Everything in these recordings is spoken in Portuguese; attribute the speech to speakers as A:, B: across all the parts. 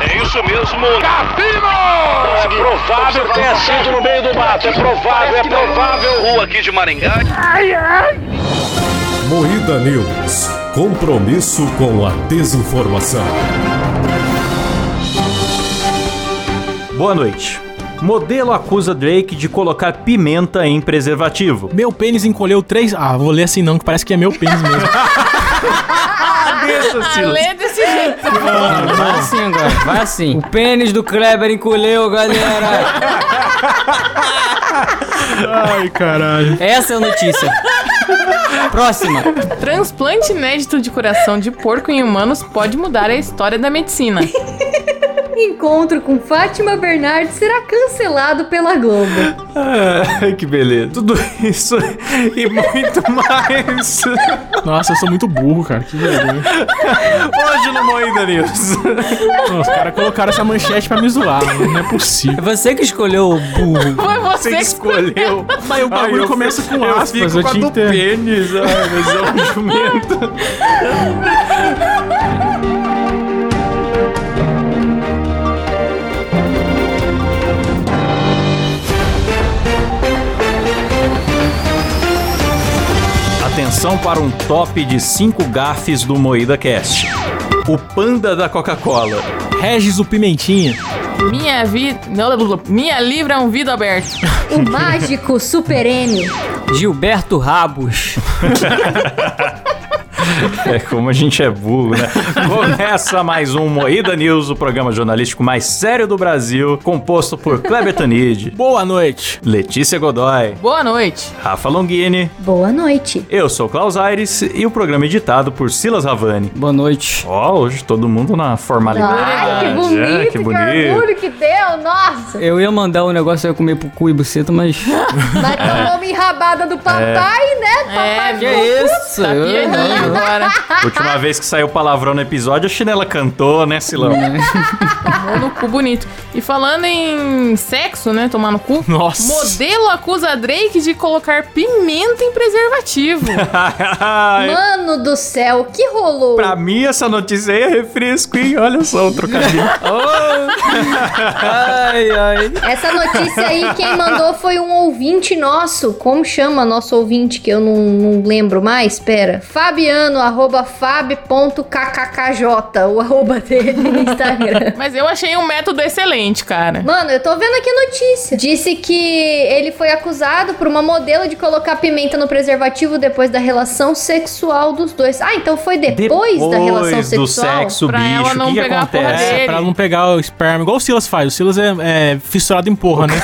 A: É isso mesmo.
B: Cassino!
A: É provável que tenha sido no meio do mato. É provável, é provável. Rua aqui de Maringá.
C: Moída News. Compromisso com a desinformação.
D: Boa noite. Modelo acusa Drake de colocar pimenta em preservativo.
E: Meu pênis encolheu três. Ah, vou ler assim não, que parece que é meu pênis mesmo.
D: Cabeça,
F: Ah, lê desse jeito.
G: Vai assim agora, vai assim. O pênis do Kleber encolheu, galera.
E: Ai, caralho.
G: Essa é a notícia. Próxima.
F: Transplante inédito de coração de porco em humanos pode mudar a história da medicina.
H: Encontro com Fátima Bernardes será cancelado pela Globo.
D: Ai, que beleza. Tudo isso e muito mais.
E: Nossa, eu sou muito burro, cara. Que vergonha.
D: Hoje no Moída News.
E: Não, Os caras colocaram essa manchete pra me zoar, mano. Não é
G: É
E: possível.
G: você que escolheu o burro.
F: Foi você
D: Você que
F: que
D: escolheu.
E: Mas o bagulho
D: eu
E: começa
D: fico-
E: com aspas,
D: Eu fico
E: eu
D: com a
E: tinha
D: do
E: que ter.
D: pênis. Ai, mas é um jumento. Atenção para um top de 5 gafes do Moída Cast. O panda da Coca-Cola.
E: Regis o Pimentinha.
F: Minha vida. Minha livra é um vidro aberto.
H: O mágico Super N.
G: Gilberto Rabos.
D: É como a gente é burro, né? Começa mais um Moída News, o programa jornalístico mais sério do Brasil, composto por Kleber Tanid,
E: Boa noite.
D: Letícia Godoy,
F: Boa noite.
D: Rafa Longini,
H: Boa noite.
D: eu sou Klaus Aires e o programa é editado por Silas Ravani.
G: Boa noite.
D: Ó, hoje todo mundo na formalidade.
H: Ai, que
D: é,
H: bonito,
D: que
H: que,
D: bonito.
H: orgulho que deu, nossa.
G: Eu ia mandar um negócio aí comer pro cu e buceta, mas.
H: Mas tomou uma enrabada
D: É.
H: do papai, né?
F: É.
H: Papai
G: É, Que
H: ficou
G: isso?
F: Tá pianinho agora.
D: Última vez que saiu palavrão no episódio, a chinela cantou, né, Silão?
F: Tomou no cu bonito. E falando em sexo, né? Tomar no cu.
E: Nossa.
F: Modelo acusa Drake de colocar pimenta em preservativo.
H: Mano do céu, o que rolou?
D: pra mim, essa notícia aí é refresco, hein? Olha só o trocadilho.
G: Ai, ai.
H: Essa notícia aí, quem mandou foi um ouvinte nosso. Como chama nosso ouvinte, que eu não, não lembro mais? Pera. Fabiano, arroba fab.kkkj, o arroba dele no Instagram.
F: Mas eu achei um método excelente, cara.
H: Mano, eu tô vendo aqui a notícia. Disse que ele foi acusado por uma modelo de colocar pimenta no preservativo depois da relação sexual dos dois. Ah, então foi depois, da relação
D: Depois do
H: sexual?
D: sexo,
F: Pra ela
D: bicho, o
F: não
D: que, que
F: pegar a porra
D: acontece?
F: dele.
E: É, pra não pegar o esperma, igual o Silas faz. O Silas é, é fissurado em porra, né?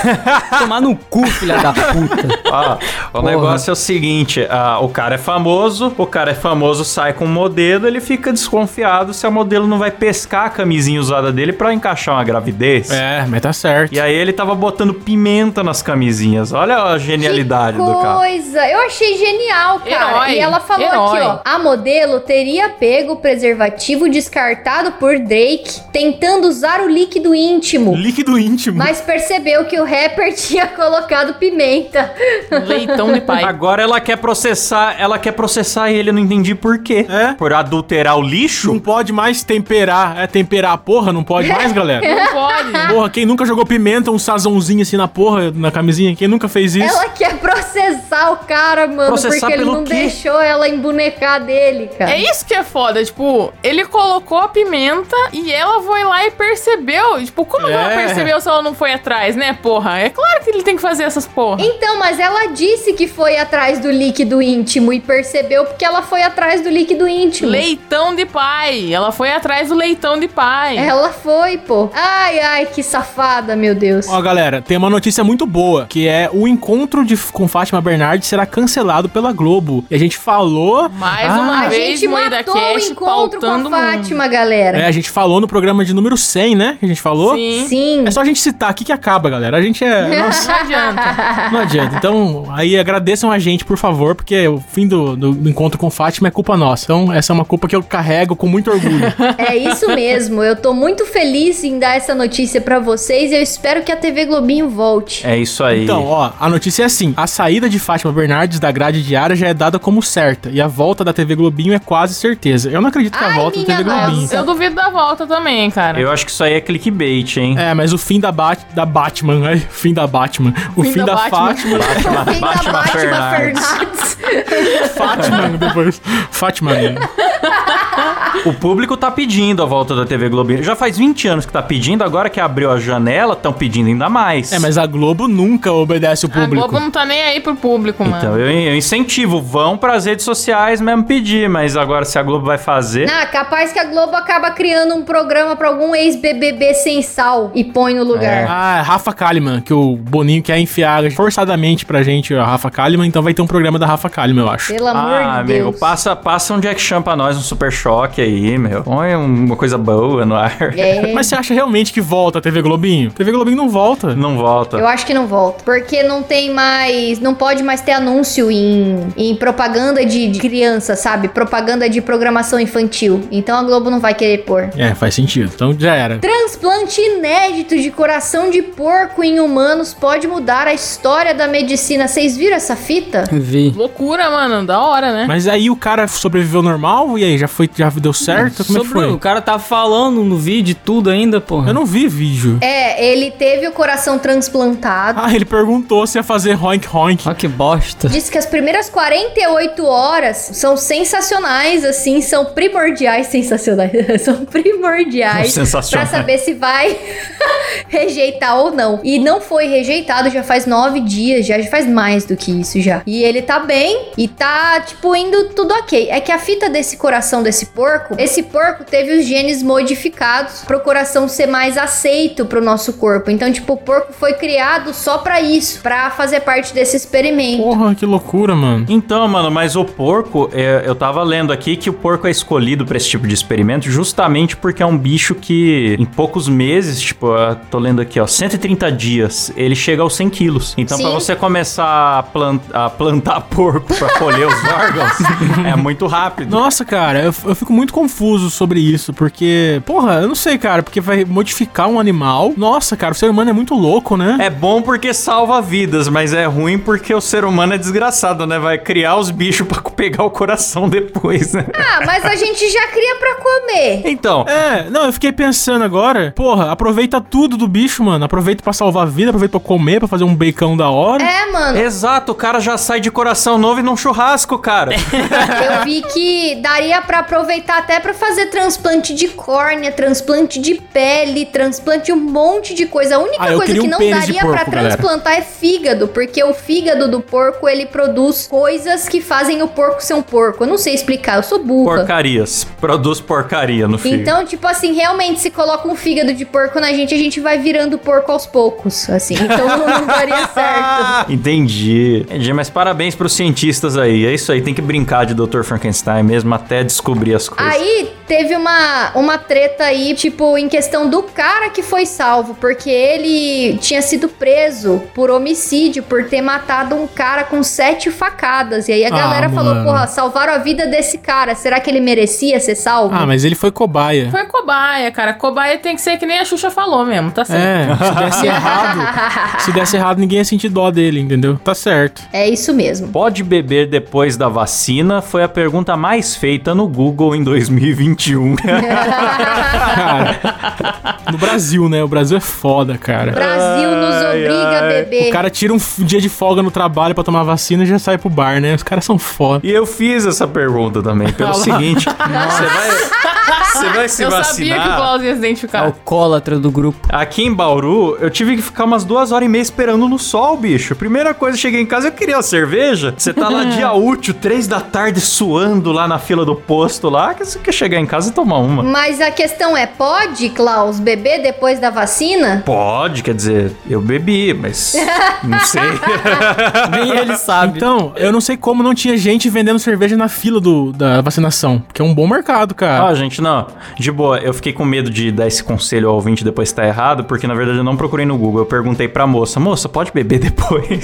G: Tomar no cu, filha da puta.
D: Ó, o
G: Porra.
D: negócio é o seguinte: ah, o cara é famoso, o cara é famoso, sai com um modelo, ele fica desconfiado se a modelo não vai pescar a camisinha usada dele pra encaixar uma gravidez.
E: É, mas tá certo.
D: E aí ele tava botando pimenta nas camisinhas. Olha a genialidade
H: que
D: do cara.
H: coisa! Eu achei genial, cara.
F: Herói,
H: e ela falou
F: herói.
H: aqui, ó. A modelo teria pego o preservativo descartado por Drake tentando usar o líquido íntimo.
E: Líquido íntimo.
H: Mas percebeu que o rapper tinha colocado pimenta.
F: Um Leitão de pai.
D: Agora ela quer processar, ela quer processar ele, eu não entendi por quê.
E: É? Então.
D: Por adulterar o
E: Não
D: lixo?
E: pode mais temperar. É temperar a porra, não pode mais, galera.
F: Não pode.
E: Porra, quem nunca jogou pimenta, um sazãozinho assim na porra, na camisinha? Quem nunca fez isso?
H: Ela quer processar o cara, mano,
D: Processar
H: porque ele
D: pelo
H: não
D: quê?
H: deixou ela embonecar dele, cara.
F: É isso que é foda, tipo, ele colocou a pimenta e ela foi lá e percebeu. E, Tipo, como que ela
E: É.
F: percebeu se ela não foi atrás, né, porra? É claro que ele tem que fazer essas porra.
H: Então, mas ela disse que foi atrás do líquido íntimo e percebeu porque ela foi atrás do líquido íntimo.
F: Leitão de pai. Ela foi atrás do leitão de pai.
H: Ela foi, pô. Ai, ai, que safada, meu Deus.
E: Ó, galera, tem uma notícia muito boa, que é o encontro de, com Fátima Bernardes será cancelado pela Globo. E a gente falou...
F: Mais
E: Ah,
F: uma
H: a
F: vez,
H: gente
F: mãe da
H: matou o
F: Cash,
H: encontro com
F: pautando
H: a
F: o mundo.
H: Fátima, galera.
E: É, a gente falou no programa de número 100, né? Que a gente falou.
F: Sim.
H: Sim.
E: É só a gente citar aqui que acaba, galera. A gente é... Nossa,
F: Não adianta.
E: não adianta. Então, aí agradeçam a gente, por favor, porque o fim do, do- do encontro com Fátima é culpa nossa. Então, essa é uma culpa que eu carrego com muito orgulho.
H: É isso mesmo. Eu tô muito feliz em dar essa notícia pra vocês e eu espero que a TV Globinho volte.
D: É isso aí.
E: Então, ó, a notícia é assim: a saída de Fátima Bernardes da grade diária já é dada como certa. E a volta da TV Globinho é quase certeza. Eu não acredito que a
H: Ai,
E: volta da
H: minha
E: TV Globinho.
H: nossa.
F: Eu duvido da volta também, cara.
D: Eu acho que isso aí é clickbait, hein?
E: É, mas o fim da, Bat da Batman, né? O fim da Batman. O fim,
F: Fim
E: da,
F: da Batman.
D: É.
E: Fátima.
D: Batman,
H: Quem tá
D: Batman
H: Batman
D: Fernandes.
H: Fernandes?
E: Fátima né, depois. Fátima. né?
D: O público tá pedindo a volta da TV Globinho. Já faz 20 anos que tá pedindo, agora que abriu a janela, estão pedindo ainda mais.
E: É, mas a Globo nunca obedece o
F: A
E: público.
F: Globo não tá nem aí pro público, mano.
D: Então, eu, eu incentivo, vão pras redes sociais mesmo pedir, mas agora se a Globo vai fazer...
H: Ah, capaz que a Globo acaba criando um programa pra algum ex-BBB sem sal e põe no
D: É.
H: lugar.
E: Ah, Rafa Kalimann, que o Boninho quer enfiar forçadamente pra gente a Rafa Kalimann, então vai ter um programa da Rafa Kalimann, eu acho.
H: Pelo amor
D: ah,
H: de Deus.
D: amigo, passa, passa um Jack Chan pra nós, um super choque aí, meu. Põe uma coisa boa no ar.
H: É,
E: Mas você acha realmente que volta a TV Globinho? TV Globinho não volta.
D: Não volta.
H: eu acho que não volta. Porque não tem mais. Não pode mais ter anúncio em, em propaganda de, de criança, sabe? Propaganda de programação infantil. Então a Globo não vai querer pôr.
E: É, faz sentido. Então já era.
H: Transplante inédito de coração de porco em humanos pode mudar a história da medicina. Vocês viram essa fita?
G: Vi.
F: Loucura, mano. Da hora, né?
E: Mas aí o cara sobreviveu normal? E aí, já foi, já deu certo? Como é que
G: Sobre o
E: foi?
G: cara tá falando no vídeo e tudo ainda, porra.
E: Eu não vi vídeo.
H: É, ele teve o coração
F: É.
H: transplantado.
E: Ah, ele perguntou se ia fazer honk honk.
G: Ó que bosta.
H: Diz que as primeiras 48 horas são sensacionais, assim, são primordiais, sensacionais, são primordiais pra
D: Sensacionais.
H: saber se vai rejeitar ou não. E não foi rejeitado, já faz nove dias, já, já faz mais do que isso já. E ele tá bem e tá, tipo, indo tudo ok. É que a fita desse coração desse porco, esse porco teve os genes modificados pro coração ser mais aceito pro nosso corpo. Então, tipo, o porco foi criado só pra isso, pra fazer parte desse experimento.
E: Porra, que loucura, mano.
D: Então, mano, mas o porco, é, eu tava lendo aqui que o porco é escolhido pra esse tipo de experimento justamente porque é um bicho que em poucos meses, tipo, ah, tô lendo aqui, ó, 130 dias, ele chega aos 100 quilos. Então, pra
H: Sim.
D: você começar a, plant- a plantar porco pra colher os órgãos, é muito rápido.
E: Nossa, cara, eu, eu fico muito confuso sobre isso, porque, porra, eu não sei, cara, porque vai modificar um animal. Nossa, cara, o ser humano é muito louco, né?
D: É bom porque salva vidas, mas é ruim porque o ser humano é desgraçado, né? Vai criar os bichos pra pegar o coração depois, né?
H: Ah, mas a gente já cria pra comer.
D: Então,
E: É, não, eu fiquei pensando agora, porra, aproveita tudo do bicho, mano. Aproveita pra salvar a vida, aproveita pra comer, pra fazer um bacon da hora.
H: É, mano,
D: exato, o cara já sai de coração novo e num churrasco, cara.
H: eu vi que daria pra aproveitar até pra fazer transplante de córnea, transplante de pele, transplante de um monte de coisa. A única
E: Ah, eu
H: coisa
E: queria
H: que
E: um
H: não
E: pênis de
H: daria
E: porco,
H: pra
E: galera.
H: transplantar é fígado, porque o fígado do porco ele produz coisas que fazem o porco ser um porco. Eu não sei explicar, eu sou burra.
D: Porcarias. Produz porcaria no fim.
H: Então, tipo assim, realmente, se coloca um fígado de porco na gente, a gente vai virando porco aos poucos, assim. Então não daria certo.
D: Entendi. Entendi, mas parabéns pros cientistas aí. É isso aí, tem que brincar de Dr. Frankenstein mesmo até descobrir as coisas.
H: Aí teve uma, uma treta aí, tipo, em questão do cara que foi salvo, porque ele tinha sido preso por homicídio, por ter matado um cara com sete facadas. E aí a
E: Ah,
H: galera
E: mano.
H: falou: porra, salvaram a vida desse cara. Será que ele merecia ser salvo?
E: Ah, mas ele foi cobaia.
F: Foi cobaia, cara. Cobaia tem que ser que nem a Xuxa falou mesmo, tá certo.
E: É, se desse errado, se desse errado, ninguém ia sentir dó dele, entendeu? Tá certo.
H: É isso mesmo.
D: Pode beber depois da vacina? Foi a pergunta mais feita no Google em 2021.
E: Cara, no Brasil, né? O Brasil é foda, cara.
H: Brasil nos
D: Ai,
H: obriga a
D: ai.
H: beber.
E: O cara tira um f- dia de folga no trabalho pra tomar vacina e já sai pro bar, né? Os caras são foda.
D: E eu fiz essa pergunta também, pelo seguinte: você vai, você vai se
F: Eu
D: vacinar?
F: sabia que o Klaus ia se identificar.
G: É Alcoólatra do grupo.
D: Aqui em Bauru, eu tive que ficar umas duas horas e meia esperando no sol, bicho. Primeira coisa, eu cheguei em casa, eu queria uma cerveja. Você tá lá dia útil, três da tarde, suando lá na fila do posto lá, que você quer chegar em casa e tomar uma.
H: Mas a questão é: pode, Klaus, beber depois da vacina?
D: Pode, quer dizer, eu bebi, mas não sei.
G: Nem ele sabe.
E: Então, eu não sei como não tinha gente vendendo cerveja na fila do, da vacinação. Porque é um bom mercado, cara.
D: ah, gente, não, Não, de boa, eu fiquei com medo de dar esse conselho ao ouvinte e depois tá errado, porque na verdade eu não procurei no Google. Eu perguntei pra moça, moça, pode beber depois?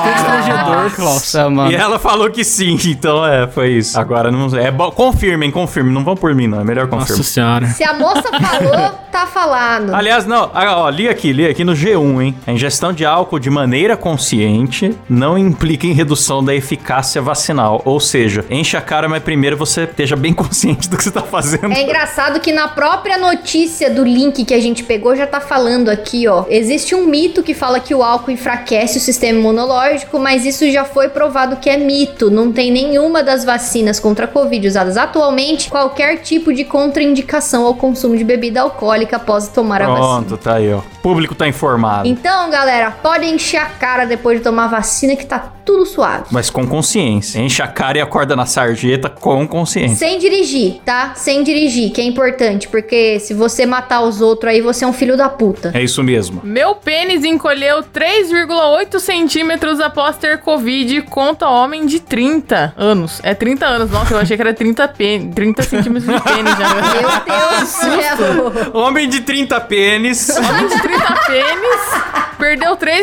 E: Constrangedor, Klaus.
G: Nossa,
D: E
G: mano.
D: ela falou que sim, então é, foi isso. Agora não é bom, confirmem, confirmem, não vão por mim não, é melhor confirmar.
E: Nossa senhora.
H: Se a moça falou, tá falando.
D: Aliás, não, ah, ó, li aqui, li aqui no G1, hein? A ingestão de álcool de maneira consciente não implica em redução da eficácia vacinal. Ou seja, enche a cara, mas primeiro você esteja bem consciente do que você tá fazendo.
H: É engraçado que na própria notícia do link que a gente pegou já tá falando aqui, ó. Existe um mito que fala que o álcool enfraquece o sistema imunológico, mas isso já foi provado que é mito. Não tem nenhuma das vacinas contra a Covid usadas atualmente qualquer tipo de contraindicação ao consumo de bebida alcoólica após tomar a vacina.
D: Pronto, tá aí, ó. O público tá informado.
H: Então, galera, podem encher a cara depois de tomar a vacina que tá tudo suave.
D: Mas com consciência. Enche a cara e acorda na sarjeta com consciência.
H: Sem dirigir, tá? Sem dirigir, que é importante, porque se você matar os outros aí, você é um filho da puta.
D: É isso mesmo.
F: Meu pênis encolheu 3,8 centímetros após ter Covid, conta homem de 30 anos. É 30 anos, nossa, eu achei que era 30, pê- 30 centímetros de pênis já.
H: Meu Deus do céu!
D: Homem de 30 pênis.
F: Homem de 30 pênis perdeu 3,8,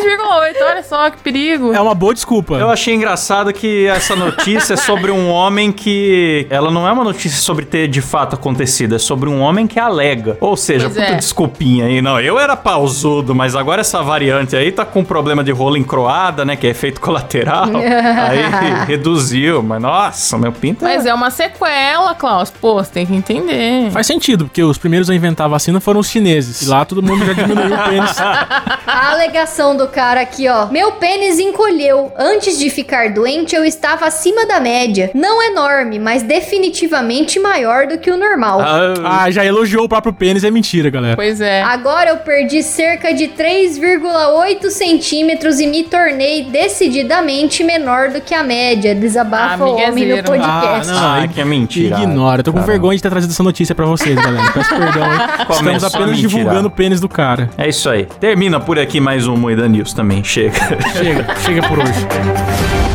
F: olha só que perigo.
E: É uma boa desculpa.
D: Eu achei engraçado que essa notícia é sobre um homem que. Ela não é uma notícia sobre ter de fato acontecido, é sobre um homem que alega. Ou seja,
F: Pois
D: puta
F: é.
D: desculpinha aí. Não, eu era pausudo, mas agora essa variante aí tá com problema de rolo encroada, né? Que é efeito colateral. aí reduziu, mas nossa, meu pinto.
F: Mas é uma sequela, Klaus. Pô, você tem que entender.
E: Faz sentido, porque os primeiros a inventar a vacina foram os chineses. E lá todo mundo já diminuiu o pênis.
H: A alegação do cara aqui, ó. Meu pênis encolheu. Antes de ficar doente, eu estava acima da média. Não enorme, mas definitivamente maior do que o normal.
D: Ah,
E: Ah, já elogiou o próprio pênis, é mentira, galera.
F: Pois é.
H: Agora eu perdi cerca de 3,8 centímetros e me tornei decididamente menor do que a média. Desabafa o homem no
F: Amigazeiro.
H: podcast.
E: Ah,
D: ah, que é mentira.
E: Ignora, eu tô com
D: Caramba.
E: vergonha de ter trazido essa notícia pra vocês, galera. Peço perdão, hein? Estamos
D: Começou a
E: apenas
D: mentirar.
E: divulgando o pênis do cara.
D: É isso aí. Termina por aqui mais um Moeda News também. Chega.
E: Chega, chega por hoje.